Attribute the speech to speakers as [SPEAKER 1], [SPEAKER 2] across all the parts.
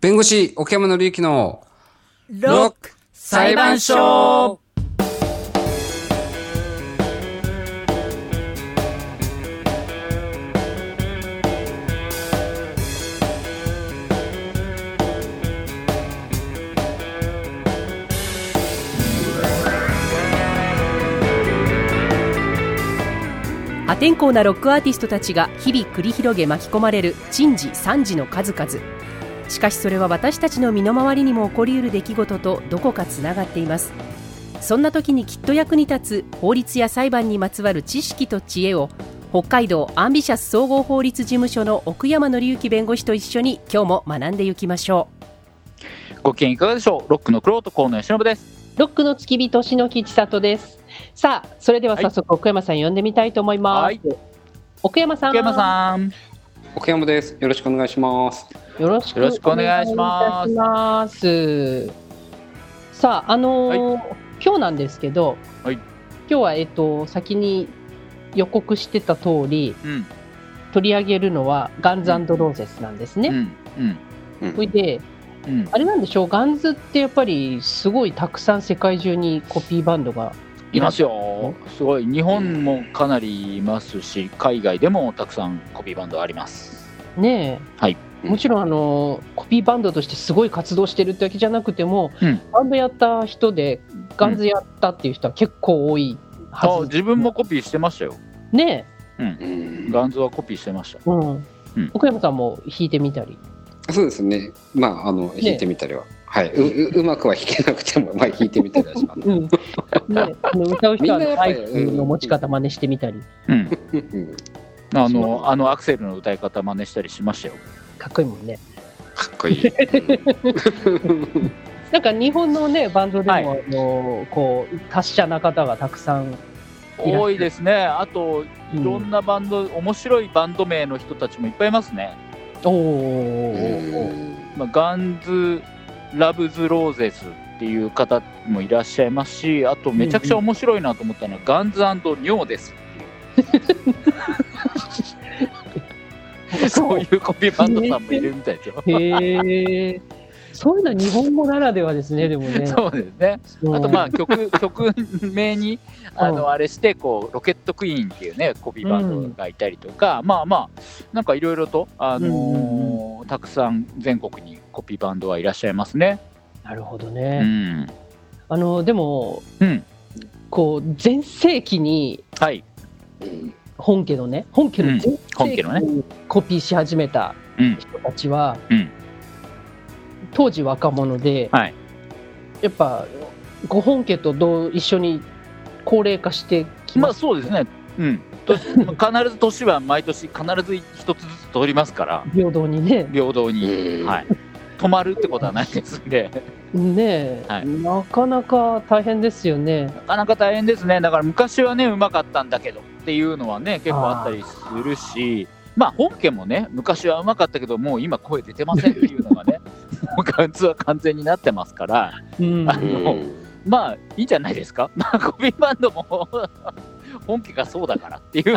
[SPEAKER 1] 弁護士、奥山のりゆきの、
[SPEAKER 2] ロック裁判所
[SPEAKER 3] 破天荒なロックアーティストたちが日々繰り広げ巻き込まれる珍事惨事の数々しかしそれは私たちの身の回りにも起こりうる出来事とどこかつながっていますそんな時にきっと役に立つ法律や裁判にまつわる知識と知恵を北海道アンビシャス総合法律事務所の奥山紀之弁護士と一緒に今日も学んでいきましょ
[SPEAKER 2] ご機嫌いかがでしょうロックのクロート河野由伸です
[SPEAKER 3] うロックの付き人篠木千里ですさあそれでは
[SPEAKER 2] 早
[SPEAKER 3] 速奥山さん呼んでみたいと思いま
[SPEAKER 2] はい
[SPEAKER 3] 奥山さ
[SPEAKER 2] 福山さん
[SPEAKER 1] 奥山です。よろしくお願いします。
[SPEAKER 3] よろし
[SPEAKER 2] よろしくお願いします
[SPEAKER 3] お願いいたしますさあ、あのー今日なんですけど、
[SPEAKER 2] はい
[SPEAKER 3] 今日は、えっと、先に予告してた通り、
[SPEAKER 2] うん
[SPEAKER 3] 取り上げるのはガンズローゼスなんです
[SPEAKER 2] うん
[SPEAKER 3] ね。
[SPEAKER 2] うん
[SPEAKER 3] それで、
[SPEAKER 2] うん
[SPEAKER 3] あれなんでしょう、ガンズってやっぱりすごいたくさん世界中にコピーバンドが、
[SPEAKER 2] いますよすごい日本もかなりいますし海外でもたくさんコピーバンドあります
[SPEAKER 3] ねえ、
[SPEAKER 2] はい
[SPEAKER 3] もちろん、あのーコピーバンドとしてすごい活動してるってわけじゃなくても、
[SPEAKER 2] うん
[SPEAKER 3] バンドやった人で、ガンズやったっていう人は結構多いはず
[SPEAKER 2] あ自分もコピーしてましたよ
[SPEAKER 3] ね
[SPEAKER 1] うん
[SPEAKER 2] ガンズはコピーしてました
[SPEAKER 3] え、うん
[SPEAKER 2] うん
[SPEAKER 3] 奥山さんも弾いてみたり、
[SPEAKER 1] そうですね。まあ、あの、弾いてみたりは。はい。う、ううまくは弾けなくても、まあ、弾いてみたりはします。
[SPEAKER 3] うんねえ、あの歌う人は
[SPEAKER 1] みんなやっ
[SPEAKER 3] マ
[SPEAKER 1] ぱり
[SPEAKER 3] イクの持ち方真似してみたり、
[SPEAKER 2] うん
[SPEAKER 1] うん
[SPEAKER 2] あ
[SPEAKER 3] そ
[SPEAKER 2] のあのアクセルの歌い方真似したりしましたよ
[SPEAKER 3] かっこいいもんね。
[SPEAKER 1] かっこいい。うん
[SPEAKER 3] なんか日本のねバンドでも、あのこう達者な方がたくさん、いらっしゃる
[SPEAKER 2] 多いですねあと
[SPEAKER 3] うん
[SPEAKER 2] いろんなバンド、面白いバンド名の人たちもいっぱいいますね、
[SPEAKER 3] お
[SPEAKER 1] う
[SPEAKER 3] お、
[SPEAKER 1] ん
[SPEAKER 2] まあ、ガンズ・ラブズ・ローゼスっていう方もいらっしゃいますしあとめちゃくちゃ面白いなと思ったのは、ガンズ尿ですっていうそういうコピーバンドさんもいるみたいですよ
[SPEAKER 3] へえ、そういうのは日本語ならではですねでもね。
[SPEAKER 2] そうですねあとまあ
[SPEAKER 3] あ、
[SPEAKER 2] 曲曲名にあ
[SPEAKER 3] う
[SPEAKER 2] のあれしてこうロケットクイーンっていうねコピーバンドがいたりとか、まあまあなんかいろいろと、あのー
[SPEAKER 3] うん
[SPEAKER 2] たくさん全国にコピーバンドはいらっしゃいますね。
[SPEAKER 3] なるほど
[SPEAKER 2] う
[SPEAKER 3] ね。
[SPEAKER 2] ん、
[SPEAKER 3] あのでも、
[SPEAKER 2] うん
[SPEAKER 3] こう全盛期に
[SPEAKER 2] はい、
[SPEAKER 1] うん
[SPEAKER 3] 本家のね本家の全盛期
[SPEAKER 2] 本家のね
[SPEAKER 3] にコピーし始めた
[SPEAKER 2] うん
[SPEAKER 3] 人たちは、
[SPEAKER 2] うん
[SPEAKER 3] 当時若者で、
[SPEAKER 2] はい
[SPEAKER 3] やっぱご本家とどう一緒に高齢化してき
[SPEAKER 2] ま
[SPEAKER 3] ま
[SPEAKER 2] あ
[SPEAKER 3] す、
[SPEAKER 2] そうですね、うん、と 必ず年は毎年必ず一つずつ取りますから
[SPEAKER 3] 平等にね。
[SPEAKER 2] 平等に、
[SPEAKER 1] うん
[SPEAKER 2] はい、止まるってことはないですんで。
[SPEAKER 3] ねえ、
[SPEAKER 2] はい
[SPEAKER 3] なかなか大変ですよね。
[SPEAKER 2] なかなか大変ですねだから昔はねうまかったんだけどっていうのはね結構あったりするしまあ本家もね昔はうまかったけどもう今声出てませんっていうのがね もうガンツは完全になってますから
[SPEAKER 3] うん、
[SPEAKER 2] あ
[SPEAKER 1] うん
[SPEAKER 2] のまあいいんじゃないですかまあコピーバンドも本家がそうだからっていう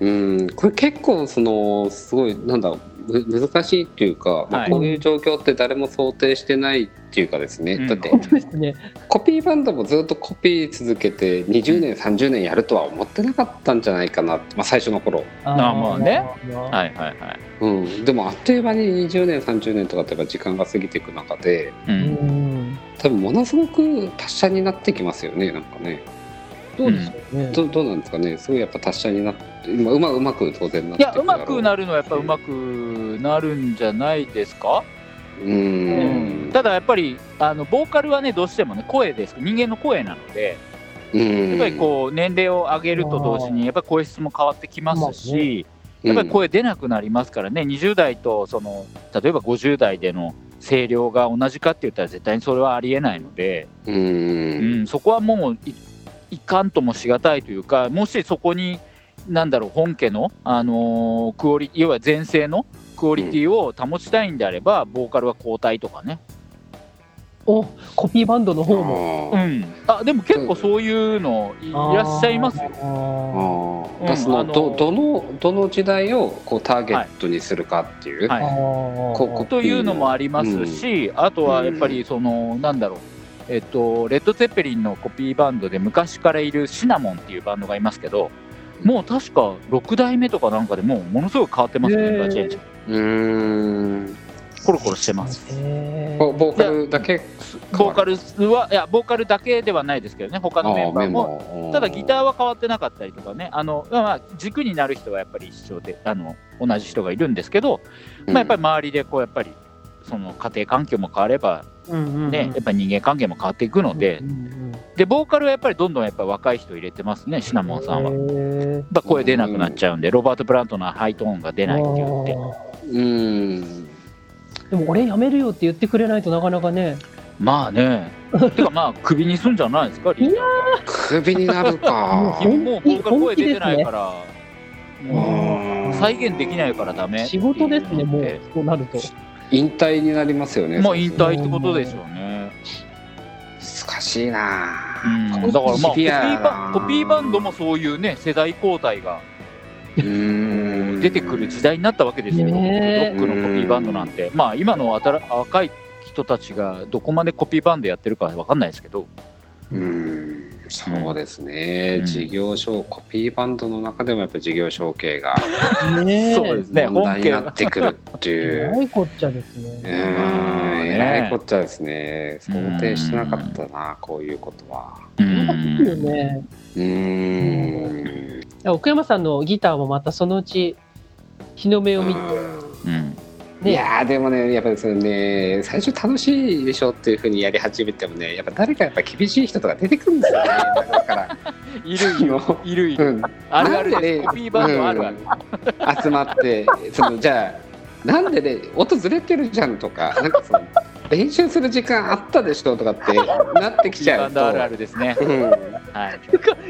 [SPEAKER 1] うん、これ結構そのすごいなんだむ難しいっていうか、まあ
[SPEAKER 2] はい
[SPEAKER 1] こういう状況って誰も想定してないっていうかですね、
[SPEAKER 2] うん
[SPEAKER 1] だって
[SPEAKER 3] 本当ですね。
[SPEAKER 1] コピーバンドもずっとコピー続けて20年30年やるとは思ってなかったんじゃないかな、まあ、最初の頃、
[SPEAKER 2] あまあね
[SPEAKER 3] は
[SPEAKER 2] はいはいはい、
[SPEAKER 1] うん、でもあっという間に20年30年とかってやっぱ時間が過ぎていく中で
[SPEAKER 2] う、
[SPEAKER 3] い。うんん、
[SPEAKER 1] 多分ものすごく達者になってきますよねなんかね
[SPEAKER 3] どうですよね。
[SPEAKER 1] どどうなんですかねすごいやっぱ達者になって今うまうまく当然なっ
[SPEAKER 2] い
[SPEAKER 1] てい
[SPEAKER 2] やうまく
[SPEAKER 1] る
[SPEAKER 2] なるのはやっぱうまくなるんじゃないですか、
[SPEAKER 1] う
[SPEAKER 2] うん
[SPEAKER 1] ん
[SPEAKER 2] ただやっぱりあのボーカルはねどうしてもね声です人間の声なので、
[SPEAKER 1] うん
[SPEAKER 2] やっぱりこう年齢を上げると同時にやっぱり声質も変わってきますし、
[SPEAKER 1] う
[SPEAKER 2] やっぱり声出なくなりますからね、20代とその例えば50代での声量が同じかって言ったら絶対にそれはありえないので、
[SPEAKER 1] う
[SPEAKER 2] うん
[SPEAKER 1] ん
[SPEAKER 2] そこはもういいかんともしがたいというかもしそこになんだろう本家の、あのークオリ要は前世のクオリティを保ちたいんであればボーカルは交代とかね
[SPEAKER 3] おコピーバンドの方も
[SPEAKER 2] う
[SPEAKER 1] あ
[SPEAKER 2] ん、あでも結構そういうのいいらっしゃいますよ。
[SPEAKER 1] あ
[SPEAKER 3] よ
[SPEAKER 1] ー
[SPEAKER 2] うん
[SPEAKER 1] だからその
[SPEAKER 2] あの
[SPEAKER 1] どどのどの時代をこうターゲットにするかっていう、
[SPEAKER 2] はい
[SPEAKER 1] ここ
[SPEAKER 2] というのもありますし、あとはやっぱりその、なんだろう。えっと、レッド・ゼッペリンのコピーバンドで昔からいるシナモンっていうバンドがいますけどもう確か6代目とかなんかでもうものすごく変わってますね、
[SPEAKER 3] へー
[SPEAKER 2] メンバーチェンジ
[SPEAKER 1] うーん
[SPEAKER 2] コロコロしてます
[SPEAKER 1] こボーカルだけ
[SPEAKER 2] ボーカルはいやボーカルだけではないですけどね他のメンバーも
[SPEAKER 1] も
[SPEAKER 2] ただギター
[SPEAKER 1] ー
[SPEAKER 2] は変わってなかったりとかねあの、まあまあ、軸になる人はやっぱり一緒であの同じ人がいるんですけど、まあ、やっぱり周りでこうやっぱりその家庭環境も変われば、ねやっぱり人間関係も変わっていくので、でボーカルはやっぱりどんどんやっぱり若い人入れてますねシナモンさんは。やっぱ声出なくなっちゃうんで、ロバート・ブラントのハイトーンが出ないって言って
[SPEAKER 1] うーん
[SPEAKER 3] でも俺やめるよって言ってくれないとなかなかね
[SPEAKER 2] まあ ねてかまあクビにすんじゃないですかリーダ
[SPEAKER 1] クビになるか
[SPEAKER 2] ー君もうボーカル声出てないから、
[SPEAKER 3] 当に
[SPEAKER 2] もう
[SPEAKER 1] うん
[SPEAKER 2] 再現できないからダメ
[SPEAKER 3] 仕事ですねも
[SPEAKER 2] っ
[SPEAKER 3] う
[SPEAKER 2] ていのって
[SPEAKER 3] そうなる と
[SPEAKER 1] 引退になりますよね
[SPEAKER 2] まあ引退ってことですよね。
[SPEAKER 1] 難しいな
[SPEAKER 2] う
[SPEAKER 1] ぁ
[SPEAKER 2] ん、だからまあコ
[SPEAKER 1] シ
[SPEAKER 2] ピ
[SPEAKER 1] ビア
[SPEAKER 2] ー
[SPEAKER 1] や
[SPEAKER 2] バ
[SPEAKER 1] な
[SPEAKER 2] ンコピーバンドもそういうね世代交代が
[SPEAKER 1] うーん
[SPEAKER 2] 出てくる時代になったわけですよ、
[SPEAKER 3] ねえ
[SPEAKER 2] ロックのコピーバンドなんて、まあ今の新若い人たちがどこまでコピーバンドやってるかわかんないですけど、
[SPEAKER 1] うんそうですね、
[SPEAKER 2] うん
[SPEAKER 1] 事業所コピーバンドの中でもやっぱり事業承継が
[SPEAKER 3] ねえ
[SPEAKER 2] そうですね
[SPEAKER 1] 問
[SPEAKER 2] 本
[SPEAKER 1] 題に
[SPEAKER 2] 家
[SPEAKER 1] なってくるってい
[SPEAKER 3] す
[SPEAKER 1] う
[SPEAKER 3] ごいこっちゃです
[SPEAKER 1] うー
[SPEAKER 3] ね
[SPEAKER 1] ん
[SPEAKER 2] ね
[SPEAKER 1] えらいこっちゃですね想定してなかったなこういうことは
[SPEAKER 2] う
[SPEAKER 3] いいよ
[SPEAKER 2] ん
[SPEAKER 3] ね
[SPEAKER 1] うーん
[SPEAKER 3] いや奥山さんのギターもまたそのうち日の目を見て
[SPEAKER 2] うん
[SPEAKER 1] い
[SPEAKER 3] ね
[SPEAKER 1] やーでもねやっぱりそのね最初楽しいでしょっていうふうにやり始めてもねやっぱ誰かやっぱ厳しい人とか出てくるんですよ ねだから
[SPEAKER 2] いるよいるいる
[SPEAKER 1] うん
[SPEAKER 2] あるあ
[SPEAKER 1] な
[SPEAKER 2] る
[SPEAKER 1] んで
[SPEAKER 2] です
[SPEAKER 1] ね
[SPEAKER 2] コピーバンドあるある、
[SPEAKER 1] うん集まってそのじゃあなんでね音ずれてるじゃんとかなんかその練習する時間あったでしょとかってなって
[SPEAKER 2] コ
[SPEAKER 1] き
[SPEAKER 2] ピ
[SPEAKER 1] ち
[SPEAKER 2] ーバ
[SPEAKER 1] ゃう
[SPEAKER 2] ンド
[SPEAKER 1] と
[SPEAKER 2] あるあるですね
[SPEAKER 1] うん
[SPEAKER 2] は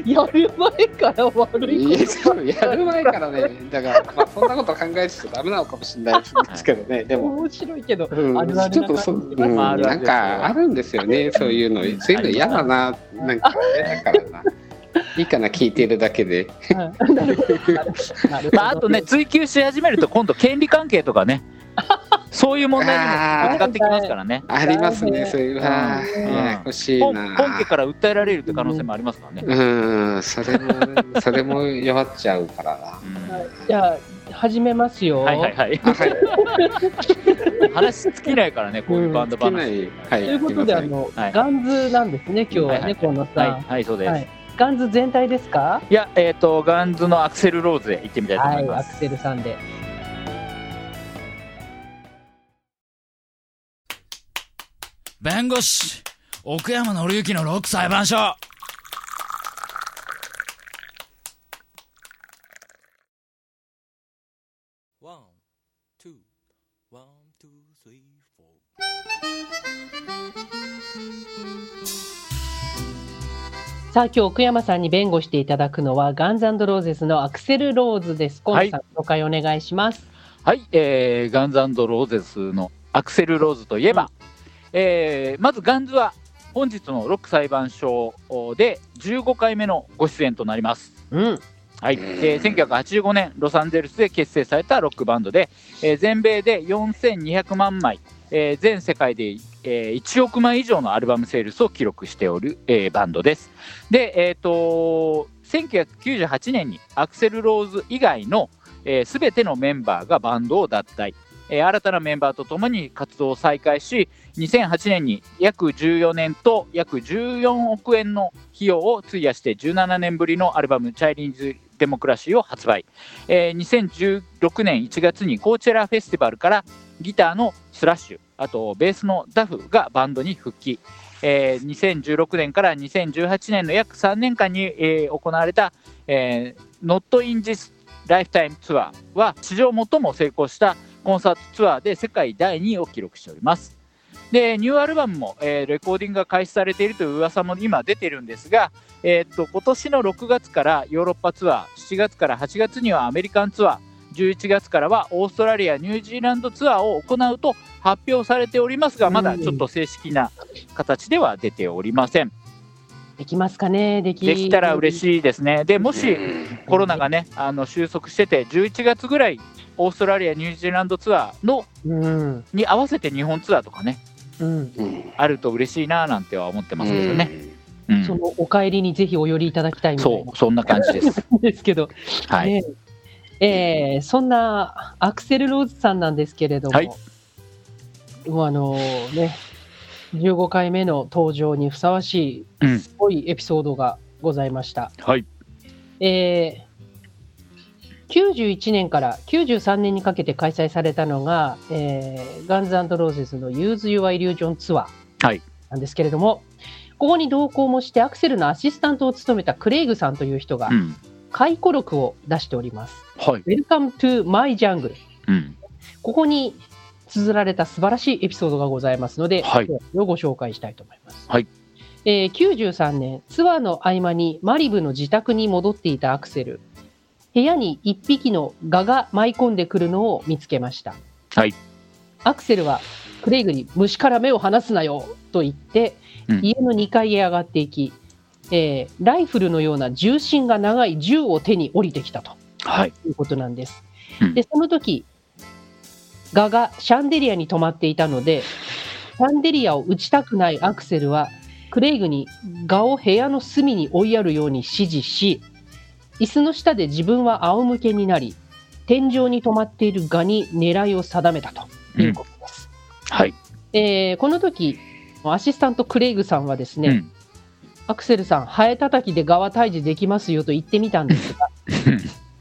[SPEAKER 2] い
[SPEAKER 3] やる前から悪い
[SPEAKER 1] い
[SPEAKER 3] こ
[SPEAKER 1] やそうやる前からねだから、まあ、そんなこと考えちゃダメなのかもしれないですけどねで
[SPEAKER 3] と
[SPEAKER 1] も。
[SPEAKER 3] 面白いけど
[SPEAKER 1] うん
[SPEAKER 3] あるあるな感じ
[SPEAKER 1] ちょっとそ、うん、
[SPEAKER 2] まああるあ
[SPEAKER 1] な
[SPEAKER 2] る
[SPEAKER 1] ん
[SPEAKER 2] ですよ
[SPEAKER 1] かあるんですよね、そういうの、そういうの嫌だな、なんか嫌だからな。いいかな、聞いてるだけで。
[SPEAKER 3] はいなるほどなるほど
[SPEAKER 2] まああと ね追求し始めると今度権利関係とかねそういう問題にもぶつかってきますからね
[SPEAKER 1] ありますね、そういう、あ
[SPEAKER 3] う
[SPEAKER 1] ー
[SPEAKER 2] ん
[SPEAKER 1] ややこしい
[SPEAKER 2] 本
[SPEAKER 1] な。
[SPEAKER 2] 本家から訴えられるって可能性もありますからね、
[SPEAKER 1] うん、それも、それも弱っちゃうからな。
[SPEAKER 2] うん
[SPEAKER 3] はいじゃあ始めますよ
[SPEAKER 2] はいはいはい
[SPEAKER 1] あはい、
[SPEAKER 2] 話尽きないからねこういうバンド
[SPEAKER 1] 尽きな
[SPEAKER 2] 話、
[SPEAKER 1] い、は
[SPEAKER 3] と
[SPEAKER 1] い、
[SPEAKER 3] いうことであ
[SPEAKER 1] すいま
[SPEAKER 3] の
[SPEAKER 2] はい
[SPEAKER 3] ガンズなんですね今日は
[SPEAKER 2] はいは
[SPEAKER 3] ね
[SPEAKER 2] い
[SPEAKER 3] この
[SPEAKER 2] は
[SPEAKER 3] さ
[SPEAKER 2] い
[SPEAKER 3] ん
[SPEAKER 2] はいそうです、
[SPEAKER 3] はい
[SPEAKER 2] い、
[SPEAKER 3] ガンズ全体ですか
[SPEAKER 2] やえっ、とガンズのアクセルローズへ行ってみたいと思
[SPEAKER 3] はいい
[SPEAKER 2] ま
[SPEAKER 3] ア
[SPEAKER 2] す、
[SPEAKER 3] クセルさんで
[SPEAKER 4] 弁護士、奥山紀之のロック裁判所。
[SPEAKER 5] One, two, one, two, three, four.
[SPEAKER 3] さあ今日奥山さんに弁護していただくのはガンズローゼスのアクセルローズです今
[SPEAKER 2] はい
[SPEAKER 3] さん紹介お願いします
[SPEAKER 2] はい、えーガンズローゼスのアクセルローズといえば、えーまずガンズは本日のロック裁判所で15回目のご出演となります
[SPEAKER 3] うん
[SPEAKER 2] はい、えー1985年ロサンゼルスで結成されたロックバンドで、えー全米で4200万枚、えー全世界で、えー1億枚以上のアルバムセールスを記録しておる、えーバンドです。で、えー、と1998年にアクセル・ローズ以外のすべ、全てのメンバーがバンドを脱退。えー新たなメンバーとともに活動を再開し2008年に約14年と約14億円の費用を費やして17年ぶりのアルバム「チャイリーズ・デモクラシー」を発売、えー2016年1月にコーチェラフェスティバルからギターのスラッシュあとベースのダフがバンドに復帰、えー2016年から2018年の約3年間に、えー行われた「えー Not in This Lifetime Tour」は史上最も成功したコンサートツアーで世界第2位を記録しております。でニューアルバムも、えーレコーディングが開始されているという噂も今出てるんですが、えーっと今年の6月からヨーロッパツアー7月から8月にはアメリカンツアー11月からはオーストラリアニュージーランドツアーを行うと発表されておりますがまだちょっと正式な形では出ておりません
[SPEAKER 3] できますかねでき
[SPEAKER 2] できたら嬉
[SPEAKER 3] い。
[SPEAKER 2] しいですねでもしコロナがねあの収束してて11月ぐらいオーストラリアニュージーランドツアーの
[SPEAKER 3] うん。
[SPEAKER 2] に合わせて日本ツアーとかね
[SPEAKER 3] うん。
[SPEAKER 1] うん
[SPEAKER 2] あると嬉しいななんては思ってますけどね、うん
[SPEAKER 3] そのお帰りにぜひお寄りいただきたいみたい
[SPEAKER 2] そうそんな感じです
[SPEAKER 3] なんですけど、
[SPEAKER 2] はい、
[SPEAKER 3] ねえーそんなアクセル・ローズさんなんですけれども、
[SPEAKER 2] はい
[SPEAKER 3] もうあのね、15回目の登場にふさわし
[SPEAKER 2] う
[SPEAKER 3] い、
[SPEAKER 2] ん
[SPEAKER 3] すごいエピソードがございました。
[SPEAKER 2] はい
[SPEAKER 3] えー91年から93年にかけて開催されたのが、えー、ガンズローゼスの Use Your Illusion ツア
[SPEAKER 2] はい
[SPEAKER 3] ーなんですけれども、ここに同行もしてアクセルのアシスタントを務めたクレイグさんという人が
[SPEAKER 2] うん
[SPEAKER 3] 回顧録を出しております。
[SPEAKER 2] はい、
[SPEAKER 3] Welcome to My Jungle。
[SPEAKER 2] うん、
[SPEAKER 3] ここに綴られた素晴らしいエピソードがございますので、
[SPEAKER 2] はい
[SPEAKER 3] 今日をご紹介したいと思います。
[SPEAKER 2] はい
[SPEAKER 3] えー93年、ツアーの合間にマリブの自宅に戻っていたアクセル。部屋に1匹のガが舞い込んでくるのを見つけました。
[SPEAKER 2] はい
[SPEAKER 3] アクセルはクレイグに虫から目を離すなよと言って、
[SPEAKER 2] うん
[SPEAKER 3] 家の2階へ上がっていき、えーライフルのような重心が長い銃を手に降りてきたと。
[SPEAKER 2] はい
[SPEAKER 3] ということなんです。
[SPEAKER 2] うん
[SPEAKER 3] で、その時、ガがシャンデリアに止まっていたので、シャンデリアを打ちたくないアクセルは、クレイグにガを部屋の隅に追いやるように指示し、椅子の下で自分は仰向けになり、天井に止まっているガに狙いを定めたということです。
[SPEAKER 2] はい、
[SPEAKER 3] えーこの時、アシスタントクレイグさんはですね、
[SPEAKER 2] うん
[SPEAKER 3] アクセルさん、ハエたたきで側退治できますよと言ってみたんですが
[SPEAKER 2] うん、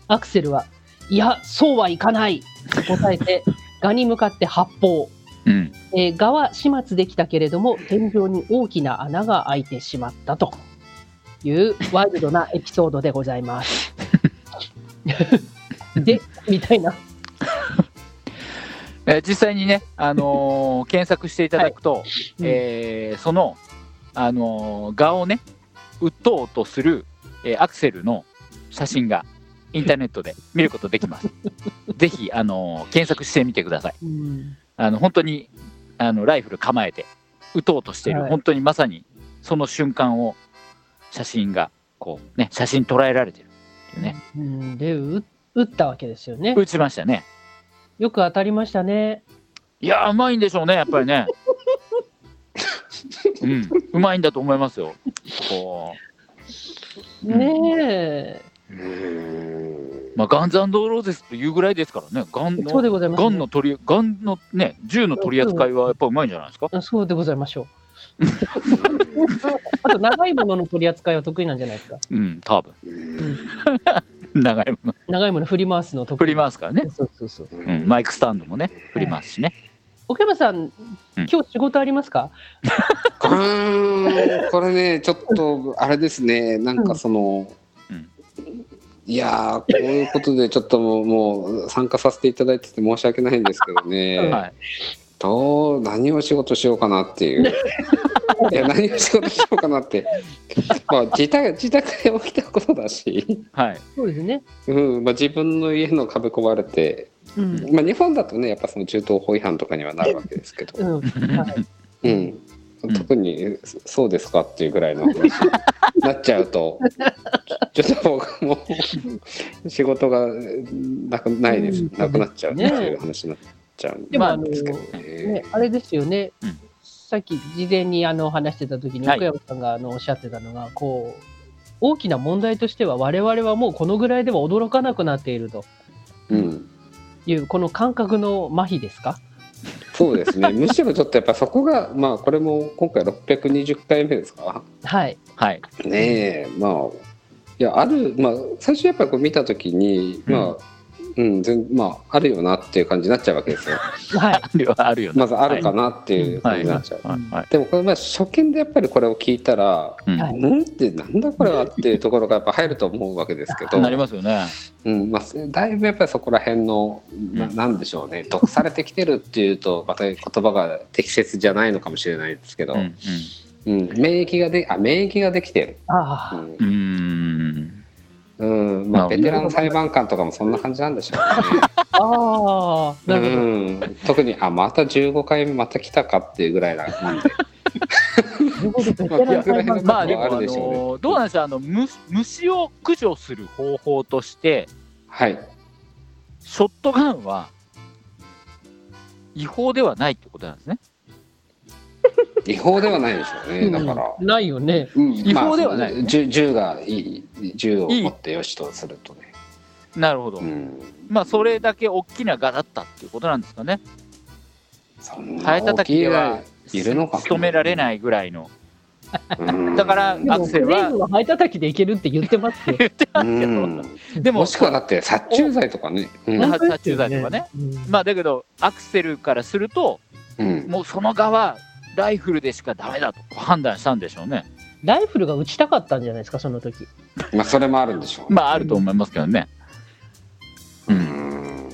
[SPEAKER 3] アクセルは、いや、そうはいかないと答えて、 ガに向かって発砲。
[SPEAKER 2] うん
[SPEAKER 3] えー、ガは始末できたけれども、天井に大きな穴が開いてしまったというワイルドなエピソードでございます。 で、みたいな。
[SPEAKER 2] えー実際にね、あ のー検索していただくと、
[SPEAKER 3] うん
[SPEAKER 2] えーその、あのー、画をね打とうとする、えーアクセルの写真がインターネットで見ることでき ます。ぜひ、あのー検索してみてください。
[SPEAKER 3] うん
[SPEAKER 2] あの本当にあのライフル構えて撃とうとしている、
[SPEAKER 3] はい
[SPEAKER 2] 本当にまさにその瞬間を写真がこうね写真捉えられてるっていうね
[SPEAKER 3] うんで、う打ったわけですよね。
[SPEAKER 2] 撃ちましたね
[SPEAKER 3] よく当たりましたね。
[SPEAKER 2] いやーうまいんでしょうねやっぱり ねうんうまいんだと思いますよこうん
[SPEAKER 3] ねえ。
[SPEAKER 1] うん
[SPEAKER 2] うまあガンズローゼスというぐらいですからねガン
[SPEAKER 3] そう
[SPEAKER 2] の
[SPEAKER 3] でございます、ね。
[SPEAKER 2] ガンの取りガンのね銃の取り扱いはやっぱうまいんじゃないですか
[SPEAKER 3] あそうでございましょう。 あと長いものの取り扱いは得意なんじゃないですか。
[SPEAKER 2] うん多分 長いもの
[SPEAKER 3] 長いもの振り回すの得
[SPEAKER 2] 振
[SPEAKER 3] 意。
[SPEAKER 2] り回すからね、
[SPEAKER 3] そうそうそう。
[SPEAKER 2] うん、マイクスタンドもね振り回すしね
[SPEAKER 3] 奥山さん、今日仕事ありますか？
[SPEAKER 1] うーんこれねちょっとあれですねなんかその、
[SPEAKER 2] うん
[SPEAKER 1] いやーこういうことでちょっともうもう参加させていただいてて申し訳ないんですけどね、
[SPEAKER 3] うん
[SPEAKER 2] はい
[SPEAKER 1] どう何を仕事しようかなっていういや何を仕事しようかなって、まあ、自宅自宅で起きたことだし、
[SPEAKER 2] はい
[SPEAKER 3] そうですね。
[SPEAKER 1] うんまあ、自分の家の壁壊れて、
[SPEAKER 3] うん。
[SPEAKER 1] まあ、日本だとねやっぱその中東法違反とかにはなるわけですけど
[SPEAKER 3] う、ん。はい
[SPEAKER 1] うん、
[SPEAKER 2] うん
[SPEAKER 1] 特にそそうですかっていうぐらい の話なっちゃうとちょちょっと僕もう仕事がなくないです
[SPEAKER 3] うん
[SPEAKER 1] なくなっちゃうっていう話になっちゃうん
[SPEAKER 3] でも
[SPEAKER 2] まあ
[SPEAKER 3] あの
[SPEAKER 1] ですけど
[SPEAKER 3] ね
[SPEAKER 1] ね。
[SPEAKER 3] あれですよね
[SPEAKER 2] うん。
[SPEAKER 3] さっき事前にあの話してた時に
[SPEAKER 2] はい
[SPEAKER 3] 奥山さんがあのおっしゃってたのがこう。大きな問題としては我々はもうこのぐらいでは驚かなくなっていると
[SPEAKER 1] うん
[SPEAKER 3] いうこの感覚の麻痺ですか
[SPEAKER 1] そうですねむしろちょっとやっぱそこがまあこれも今回620回目ですか
[SPEAKER 3] はい
[SPEAKER 2] はい
[SPEAKER 1] ねえまあいやあるまあ最初やっぱりこう見た時にまあ、うん全まああるよなっていう感じになっちゃうわけですよ
[SPEAKER 3] はい
[SPEAKER 2] あるよあるよね
[SPEAKER 1] まずあるかなっていう感じになっちゃう、
[SPEAKER 2] はいはい
[SPEAKER 1] でもこれまあ初見でやっぱりこれを聞いたら「
[SPEAKER 2] うん
[SPEAKER 3] は
[SPEAKER 1] うん?」ってなんだこれはっていうところがやっぱ入ると思うわけですけど
[SPEAKER 2] なりますよね
[SPEAKER 1] うんまあ、だいぶやっぱりそこら辺のななんでしょうね毒されてきてるっていうとまた言葉が適切じゃないのかもしれないですけど、
[SPEAKER 2] う
[SPEAKER 1] うん
[SPEAKER 2] ん
[SPEAKER 1] 免疫がであ免疫ができてる、
[SPEAKER 3] ああ
[SPEAKER 1] うん
[SPEAKER 2] うんうーん
[SPEAKER 1] うんま
[SPEAKER 2] なるほ
[SPEAKER 1] あ、
[SPEAKER 2] ど
[SPEAKER 1] ベテラン裁判官とかもそんな感じなんでしょうね。
[SPEAKER 3] ああ、なるほど。
[SPEAKER 1] うん、特にあまた15回目また来たかっていうぐらいな感じで
[SPEAKER 3] ベテラン裁判官
[SPEAKER 2] まあでも、あ
[SPEAKER 1] あ
[SPEAKER 2] の
[SPEAKER 1] るでしょうね
[SPEAKER 2] どうなんでしょうあのむ虫を駆除する方法として
[SPEAKER 1] はい
[SPEAKER 2] ショットガンは違法ではないってことなんですね。
[SPEAKER 1] 違法ではないでしょうねだから、
[SPEAKER 3] うんないよね。
[SPEAKER 1] うん
[SPEAKER 2] 違法ではない
[SPEAKER 1] まあ銃銃がいい銃を持ってよしとするとね
[SPEAKER 2] なるほど。
[SPEAKER 1] うん、
[SPEAKER 2] まあそれだけ大きなガだったっていうことなんですかね。
[SPEAKER 1] そん
[SPEAKER 2] ハ
[SPEAKER 1] な
[SPEAKER 2] エた
[SPEAKER 1] 大
[SPEAKER 2] た
[SPEAKER 1] き
[SPEAKER 2] き
[SPEAKER 1] い
[SPEAKER 2] で
[SPEAKER 1] が
[SPEAKER 2] はい
[SPEAKER 1] るのか
[SPEAKER 2] 仕留められ
[SPEAKER 1] い、
[SPEAKER 2] ないぐらいの。
[SPEAKER 1] うん
[SPEAKER 2] だから
[SPEAKER 1] う
[SPEAKER 3] で
[SPEAKER 2] ア
[SPEAKER 3] も、
[SPEAKER 2] クセ
[SPEAKER 3] ク
[SPEAKER 2] ルは
[SPEAKER 3] レイグはハイ叩きでいけるって言ってますよ。
[SPEAKER 1] ん、
[SPEAKER 2] でも
[SPEAKER 1] もしくはだって殺虫剤とかね、うん
[SPEAKER 2] な殺虫剤とかね
[SPEAKER 3] うん。
[SPEAKER 2] まあだけどアクセルからすると
[SPEAKER 1] うん、
[SPEAKER 2] もうその側はライフルでしかダメだと判断したんでしょうね。
[SPEAKER 3] ライフルが打ちたかったんじゃないですか、その時。
[SPEAKER 1] まあそれもあるんでしょう、
[SPEAKER 2] まああると思いますけどね。う。
[SPEAKER 1] うんん、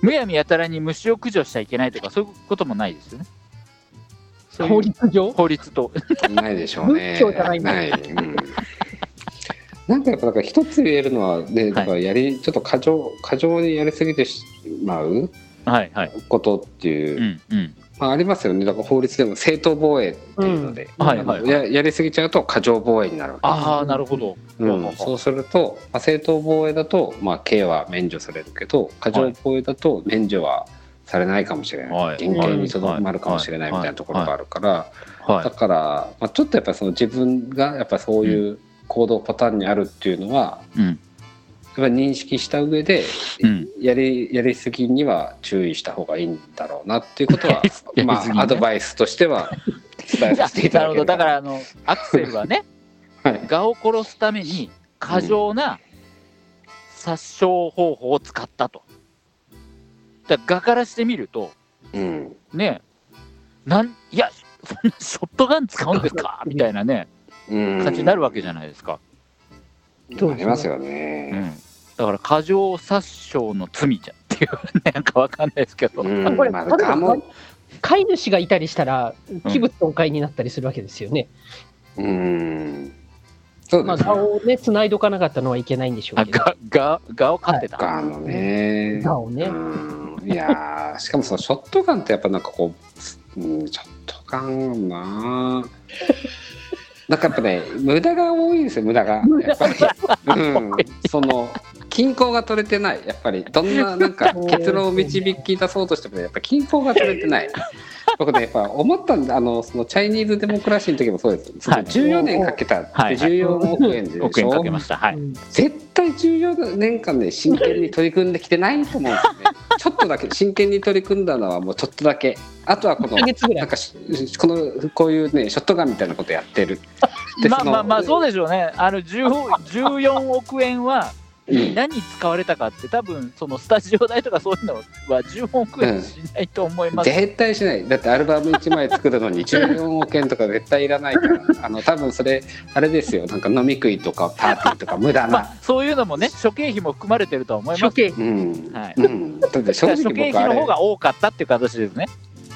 [SPEAKER 2] むやみやたらに虫を駆除しちゃいけないとかそういうこともないですよね。そういう
[SPEAKER 3] 法律上
[SPEAKER 2] 法律と。
[SPEAKER 1] ないでしょうね。
[SPEAKER 3] 仏教じゃないんだ
[SPEAKER 1] ない。うんなんかやっぱだから一つ言えるのはね、だからやり、ちょっと過剰過剰にやりすぎてしまう
[SPEAKER 2] はいはい。
[SPEAKER 1] ことっていう、
[SPEAKER 2] うんうん。
[SPEAKER 1] まあありますよね。だから法律でも正当防衛っていうので、
[SPEAKER 2] うんはいはいはい
[SPEAKER 1] ややりすぎちゃうと過剰防衛になるわけです。
[SPEAKER 2] ああ、なるほど。
[SPEAKER 1] うん、そうすると、まあ、正当防衛だと、まあ、刑は免除されるけど過剰防衛だと免除はされないかもしれない、
[SPEAKER 2] はい
[SPEAKER 1] 減刑にとどまるかもしれないみ
[SPEAKER 2] はい
[SPEAKER 1] たいなところがあるから、だ
[SPEAKER 2] は
[SPEAKER 1] から、まあ、ちょっとやっぱりその自分がやっぱそういう行動パターンにあるっていうのは、
[SPEAKER 2] い。うん。
[SPEAKER 1] やっぱり認識した上で
[SPEAKER 2] うん。
[SPEAKER 1] やりやりすぎには注意した方がいいんだろうなっていう ことは、
[SPEAKER 2] ぎね
[SPEAKER 1] まあアドバイスとしては伝えさせていた
[SPEAKER 2] な
[SPEAKER 1] だ
[SPEAKER 2] る
[SPEAKER 1] けれ
[SPEAKER 2] ほど。
[SPEAKER 1] ば
[SPEAKER 2] だから、あの、アクセルはね、
[SPEAKER 1] はい、
[SPEAKER 2] 蛾を殺すために過剰な殺傷方法を使ったと。だから蛾からしてみると、
[SPEAKER 1] うん
[SPEAKER 2] ね、なん、いや、そんなショットガン使うんです かみたいなね、
[SPEAKER 1] うん、
[SPEAKER 2] 感じになるわけじゃないですか。
[SPEAKER 1] ありますよ
[SPEAKER 2] う
[SPEAKER 1] ね。
[SPEAKER 2] ん。だから、過剰殺傷の罪じゃんっていうね、なんかわかんないですけど。
[SPEAKER 1] うん
[SPEAKER 3] これ
[SPEAKER 1] まあ、
[SPEAKER 3] ただ
[SPEAKER 1] ガモ
[SPEAKER 3] 飼い主がいたりしたら、器物損壊になったりするわけですよね。
[SPEAKER 1] うん。そう
[SPEAKER 3] まあ、
[SPEAKER 1] ですね。
[SPEAKER 3] 顔をね、繋いどかなかったのはいけないんでしょう
[SPEAKER 2] あ、
[SPEAKER 3] けど。
[SPEAKER 2] が、が、がを飼ってた。
[SPEAKER 1] ガのね。
[SPEAKER 3] 顔を
[SPEAKER 1] う
[SPEAKER 3] ね。
[SPEAKER 1] んいやーしかもそのショットガンってやっぱなんかこう、うん、ショットガンなあなんかやっぱね無駄が多いんですよ無駄がやっぱり、うん、その均衡が取れてないやっぱりどんななんか結論を導き出そうとしてもやっぱ均衡が取れてない僕ねやっぱ思ったんであのそのチャイニーズデモクラシーの時もそうですその
[SPEAKER 2] はい
[SPEAKER 1] 14年かけたって
[SPEAKER 2] はいはい
[SPEAKER 1] 14億円で
[SPEAKER 2] 億
[SPEAKER 1] し
[SPEAKER 2] 円か
[SPEAKER 1] ょ
[SPEAKER 2] けました。はい。
[SPEAKER 1] 絶対14年間ね真剣に取り組んできてないと思うんですよねちょっとだけ真剣に取り組んだのはもうちょっとだけあとはこの
[SPEAKER 3] 1ヶ月ぐら
[SPEAKER 1] ないん。かしこのこういうねショットガンみたいなことやってるで
[SPEAKER 2] まあ
[SPEAKER 1] その
[SPEAKER 2] まあまあ、そうでしょうね。あの、10 14億円は、
[SPEAKER 1] うん
[SPEAKER 2] 何に使われたかって、多分、そのスタジオ代とかそういうのは10億円しないと思います。
[SPEAKER 1] 絶対しないだってアルバム1枚作るのに14億円とか絶対いらないからあの多分それあれですよなんか飲み食いとかパーティーとか無駄
[SPEAKER 2] ま
[SPEAKER 1] な
[SPEAKER 2] あ、そういうのもね、諸経費も含まれてるとは思います。
[SPEAKER 3] 刑。
[SPEAKER 1] うん、
[SPEAKER 2] はい
[SPEAKER 1] うん、だって
[SPEAKER 2] だか
[SPEAKER 1] 正
[SPEAKER 2] ら諸
[SPEAKER 1] 直
[SPEAKER 2] 経
[SPEAKER 1] 僕あ
[SPEAKER 2] 費の
[SPEAKER 1] れ
[SPEAKER 2] 方が多かったっていう形ですね。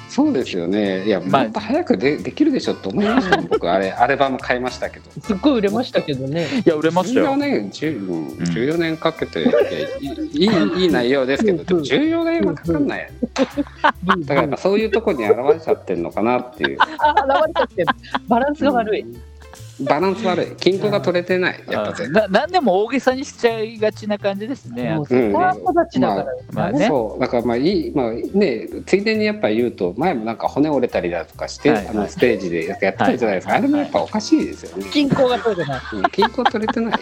[SPEAKER 1] そうですよねいや
[SPEAKER 2] まあ
[SPEAKER 1] もっと早くでできるでしょって思いましたもん僕あれアルバム買いましたけど
[SPEAKER 3] すっごい売れましたけどね。
[SPEAKER 2] いや、売れました
[SPEAKER 1] 14
[SPEAKER 2] よ。
[SPEAKER 1] 年10うん14年かけていやいいいいいい内容ですけどでも14年はかかんないだからやっぱそういうとこに現れちゃってるのかなっていう
[SPEAKER 3] ああ、現れちゃってる。バランスが悪い。
[SPEAKER 1] バランス悪い均衡が取れてないやっぱ
[SPEAKER 2] あ
[SPEAKER 1] 全
[SPEAKER 2] な何でも大げさにしちゃいがちな感じですね
[SPEAKER 3] もう。スター育ちだから。
[SPEAKER 2] まあ
[SPEAKER 1] 部
[SPEAKER 2] ね。
[SPEAKER 1] そうだからまあいいまあねついでにやっぱ言うと前もなんか骨折れたりだとかして、
[SPEAKER 2] はいはい
[SPEAKER 1] あのステージでやってたじゃないですか、
[SPEAKER 2] はい
[SPEAKER 1] あれもやっぱおかしいですよね、
[SPEAKER 3] 均衡が取れてない。
[SPEAKER 1] うん均衡取れて ない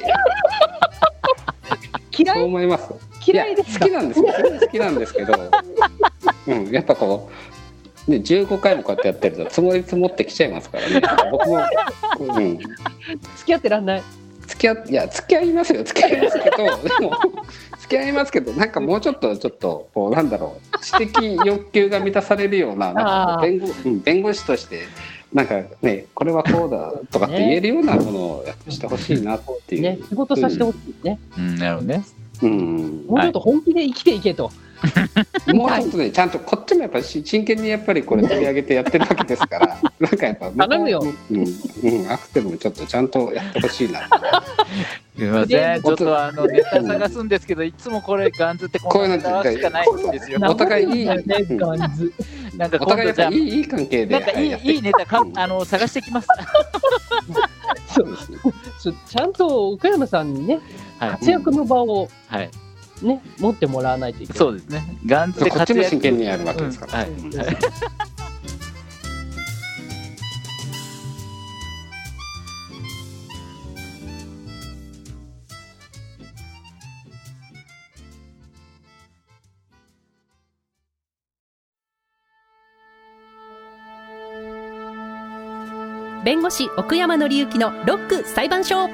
[SPEAKER 3] 嫌
[SPEAKER 1] そう
[SPEAKER 3] い、
[SPEAKER 1] 思います
[SPEAKER 3] 嫌いですか
[SPEAKER 1] や好きなんですよすごい好きなんですけ ど、うん、やっぱこう、ね、15回もこうやってやってると積もり積もってきちゃいますからね僕も、うん、
[SPEAKER 3] 付き合ってらんない。
[SPEAKER 1] 付き合いや付き合いますよ付き合いますけどでも付き合いますけどなんかもうちょっとちょっとこうなんだろう知的欲求が満たされるようななんか
[SPEAKER 3] あー
[SPEAKER 1] 弁護,、うん、弁護士としてなんかねこれはこうだとかって言えるようなものをやっぱしてほしいなっていう。
[SPEAKER 3] ね、仕事させてほしいね。
[SPEAKER 2] うん、なるほどね。
[SPEAKER 1] うん
[SPEAKER 3] もうちょっと本気で生きていけと。
[SPEAKER 1] もうちょっとね、ちゃんとこっちもやっぱりし真剣にやっぱりこれ取り上げてやってるわけです から、なんかやっぱ、
[SPEAKER 3] 頼むよ
[SPEAKER 1] うん、うん、アクセルもちょっとちゃんとやってほしいな。
[SPEAKER 2] すいません、ちょっとあのネタ探すんですけど、いつもこれガンズってこんなネタしかないんですよ。
[SPEAKER 1] お互いいい
[SPEAKER 3] 名前じゃないガンズ
[SPEAKER 2] なんか
[SPEAKER 1] お互い
[SPEAKER 2] 今
[SPEAKER 1] やっぱ
[SPEAKER 2] 度じゃあ
[SPEAKER 1] いいいい関係で
[SPEAKER 2] なんかいい
[SPEAKER 1] はい
[SPEAKER 2] いいネタか
[SPEAKER 1] うん
[SPEAKER 2] あの探してきます。
[SPEAKER 1] そうですね
[SPEAKER 3] ちょちゃんと奥山さんにね、
[SPEAKER 2] はい
[SPEAKER 3] 活躍の場を
[SPEAKER 2] はい、
[SPEAKER 3] ね、持ってもらわないといけない。
[SPEAKER 2] そうですね。ガンズで
[SPEAKER 1] こっち
[SPEAKER 2] 活
[SPEAKER 1] も
[SPEAKER 2] 躍
[SPEAKER 1] 真剣にやるわけですから、
[SPEAKER 2] うんはい
[SPEAKER 6] 弁護士奥山紀之のロック裁判所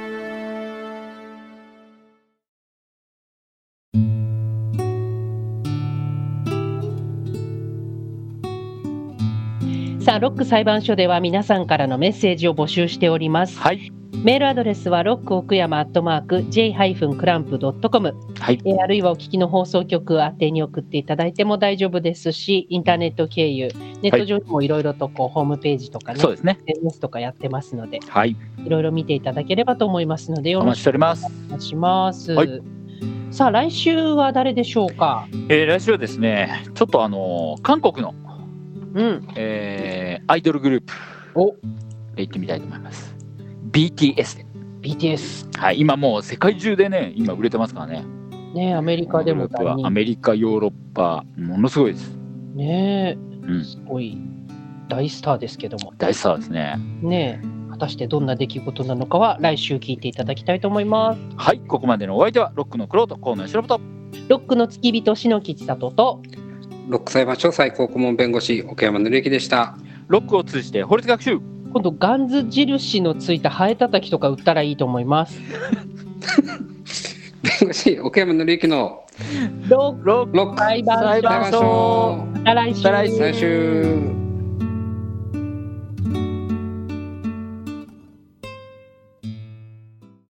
[SPEAKER 3] さあ、ロック裁判所では皆さんからのメッセージを募集しております。
[SPEAKER 2] はい、
[SPEAKER 3] メールアドレスはロック奥山アットマーク J-cramp.com、
[SPEAKER 2] はい
[SPEAKER 3] えーあるいはお聞きの放送局宛てに送っていただいても大丈夫ですし、インターネット経由、ネット上にもいろいろとこうホームページとかね
[SPEAKER 2] そう、ですね。
[SPEAKER 3] SNS とかやってますので、
[SPEAKER 2] はい、
[SPEAKER 3] いろいろ見ていただければと思いますので、よ
[SPEAKER 2] お
[SPEAKER 3] ろ
[SPEAKER 2] 待ち
[SPEAKER 3] し
[SPEAKER 2] し
[SPEAKER 3] く
[SPEAKER 2] ております。
[SPEAKER 3] お願いします。
[SPEAKER 2] はい
[SPEAKER 3] さあ、来週は誰でしょうか。
[SPEAKER 2] えー、来週はですね、ちょっとあの韓国の、
[SPEAKER 3] うん、
[SPEAKER 2] えーアイドルグループ
[SPEAKER 3] お
[SPEAKER 2] で行ってみたいと思います。BTS で。
[SPEAKER 3] BTS、
[SPEAKER 2] はい、今もう世界中でね、今売れてますからね。
[SPEAKER 3] ね、アメリカでも
[SPEAKER 2] こ
[SPEAKER 3] 大
[SPEAKER 2] のグループはア
[SPEAKER 3] 人
[SPEAKER 2] メリカ、ヨーロッパ、ものすごいです。
[SPEAKER 3] 気、ね
[SPEAKER 2] うん、
[SPEAKER 3] すごい大スターですけども。
[SPEAKER 2] 大スターですね。
[SPEAKER 3] ねえ果たしてどんな出来事なのかは来週聞いていただきたいと思います
[SPEAKER 2] はい、ここまでのお相手はロックのクローと河野しろと。
[SPEAKER 3] ロックの付き人篠木千里と
[SPEAKER 1] ロック裁判所最高顧問弁護士奥山紀之でした
[SPEAKER 2] ロックを通じて法律学習。
[SPEAKER 3] 今度ガンズ印のついたハエたたきとか売ったらいいと思います
[SPEAKER 1] 弁護士奥山紀之の
[SPEAKER 3] ロック
[SPEAKER 2] ロック
[SPEAKER 1] ロック
[SPEAKER 3] 裁判
[SPEAKER 2] 裁
[SPEAKER 3] 所
[SPEAKER 2] 判所。
[SPEAKER 3] また来週
[SPEAKER 2] また来
[SPEAKER 1] 最終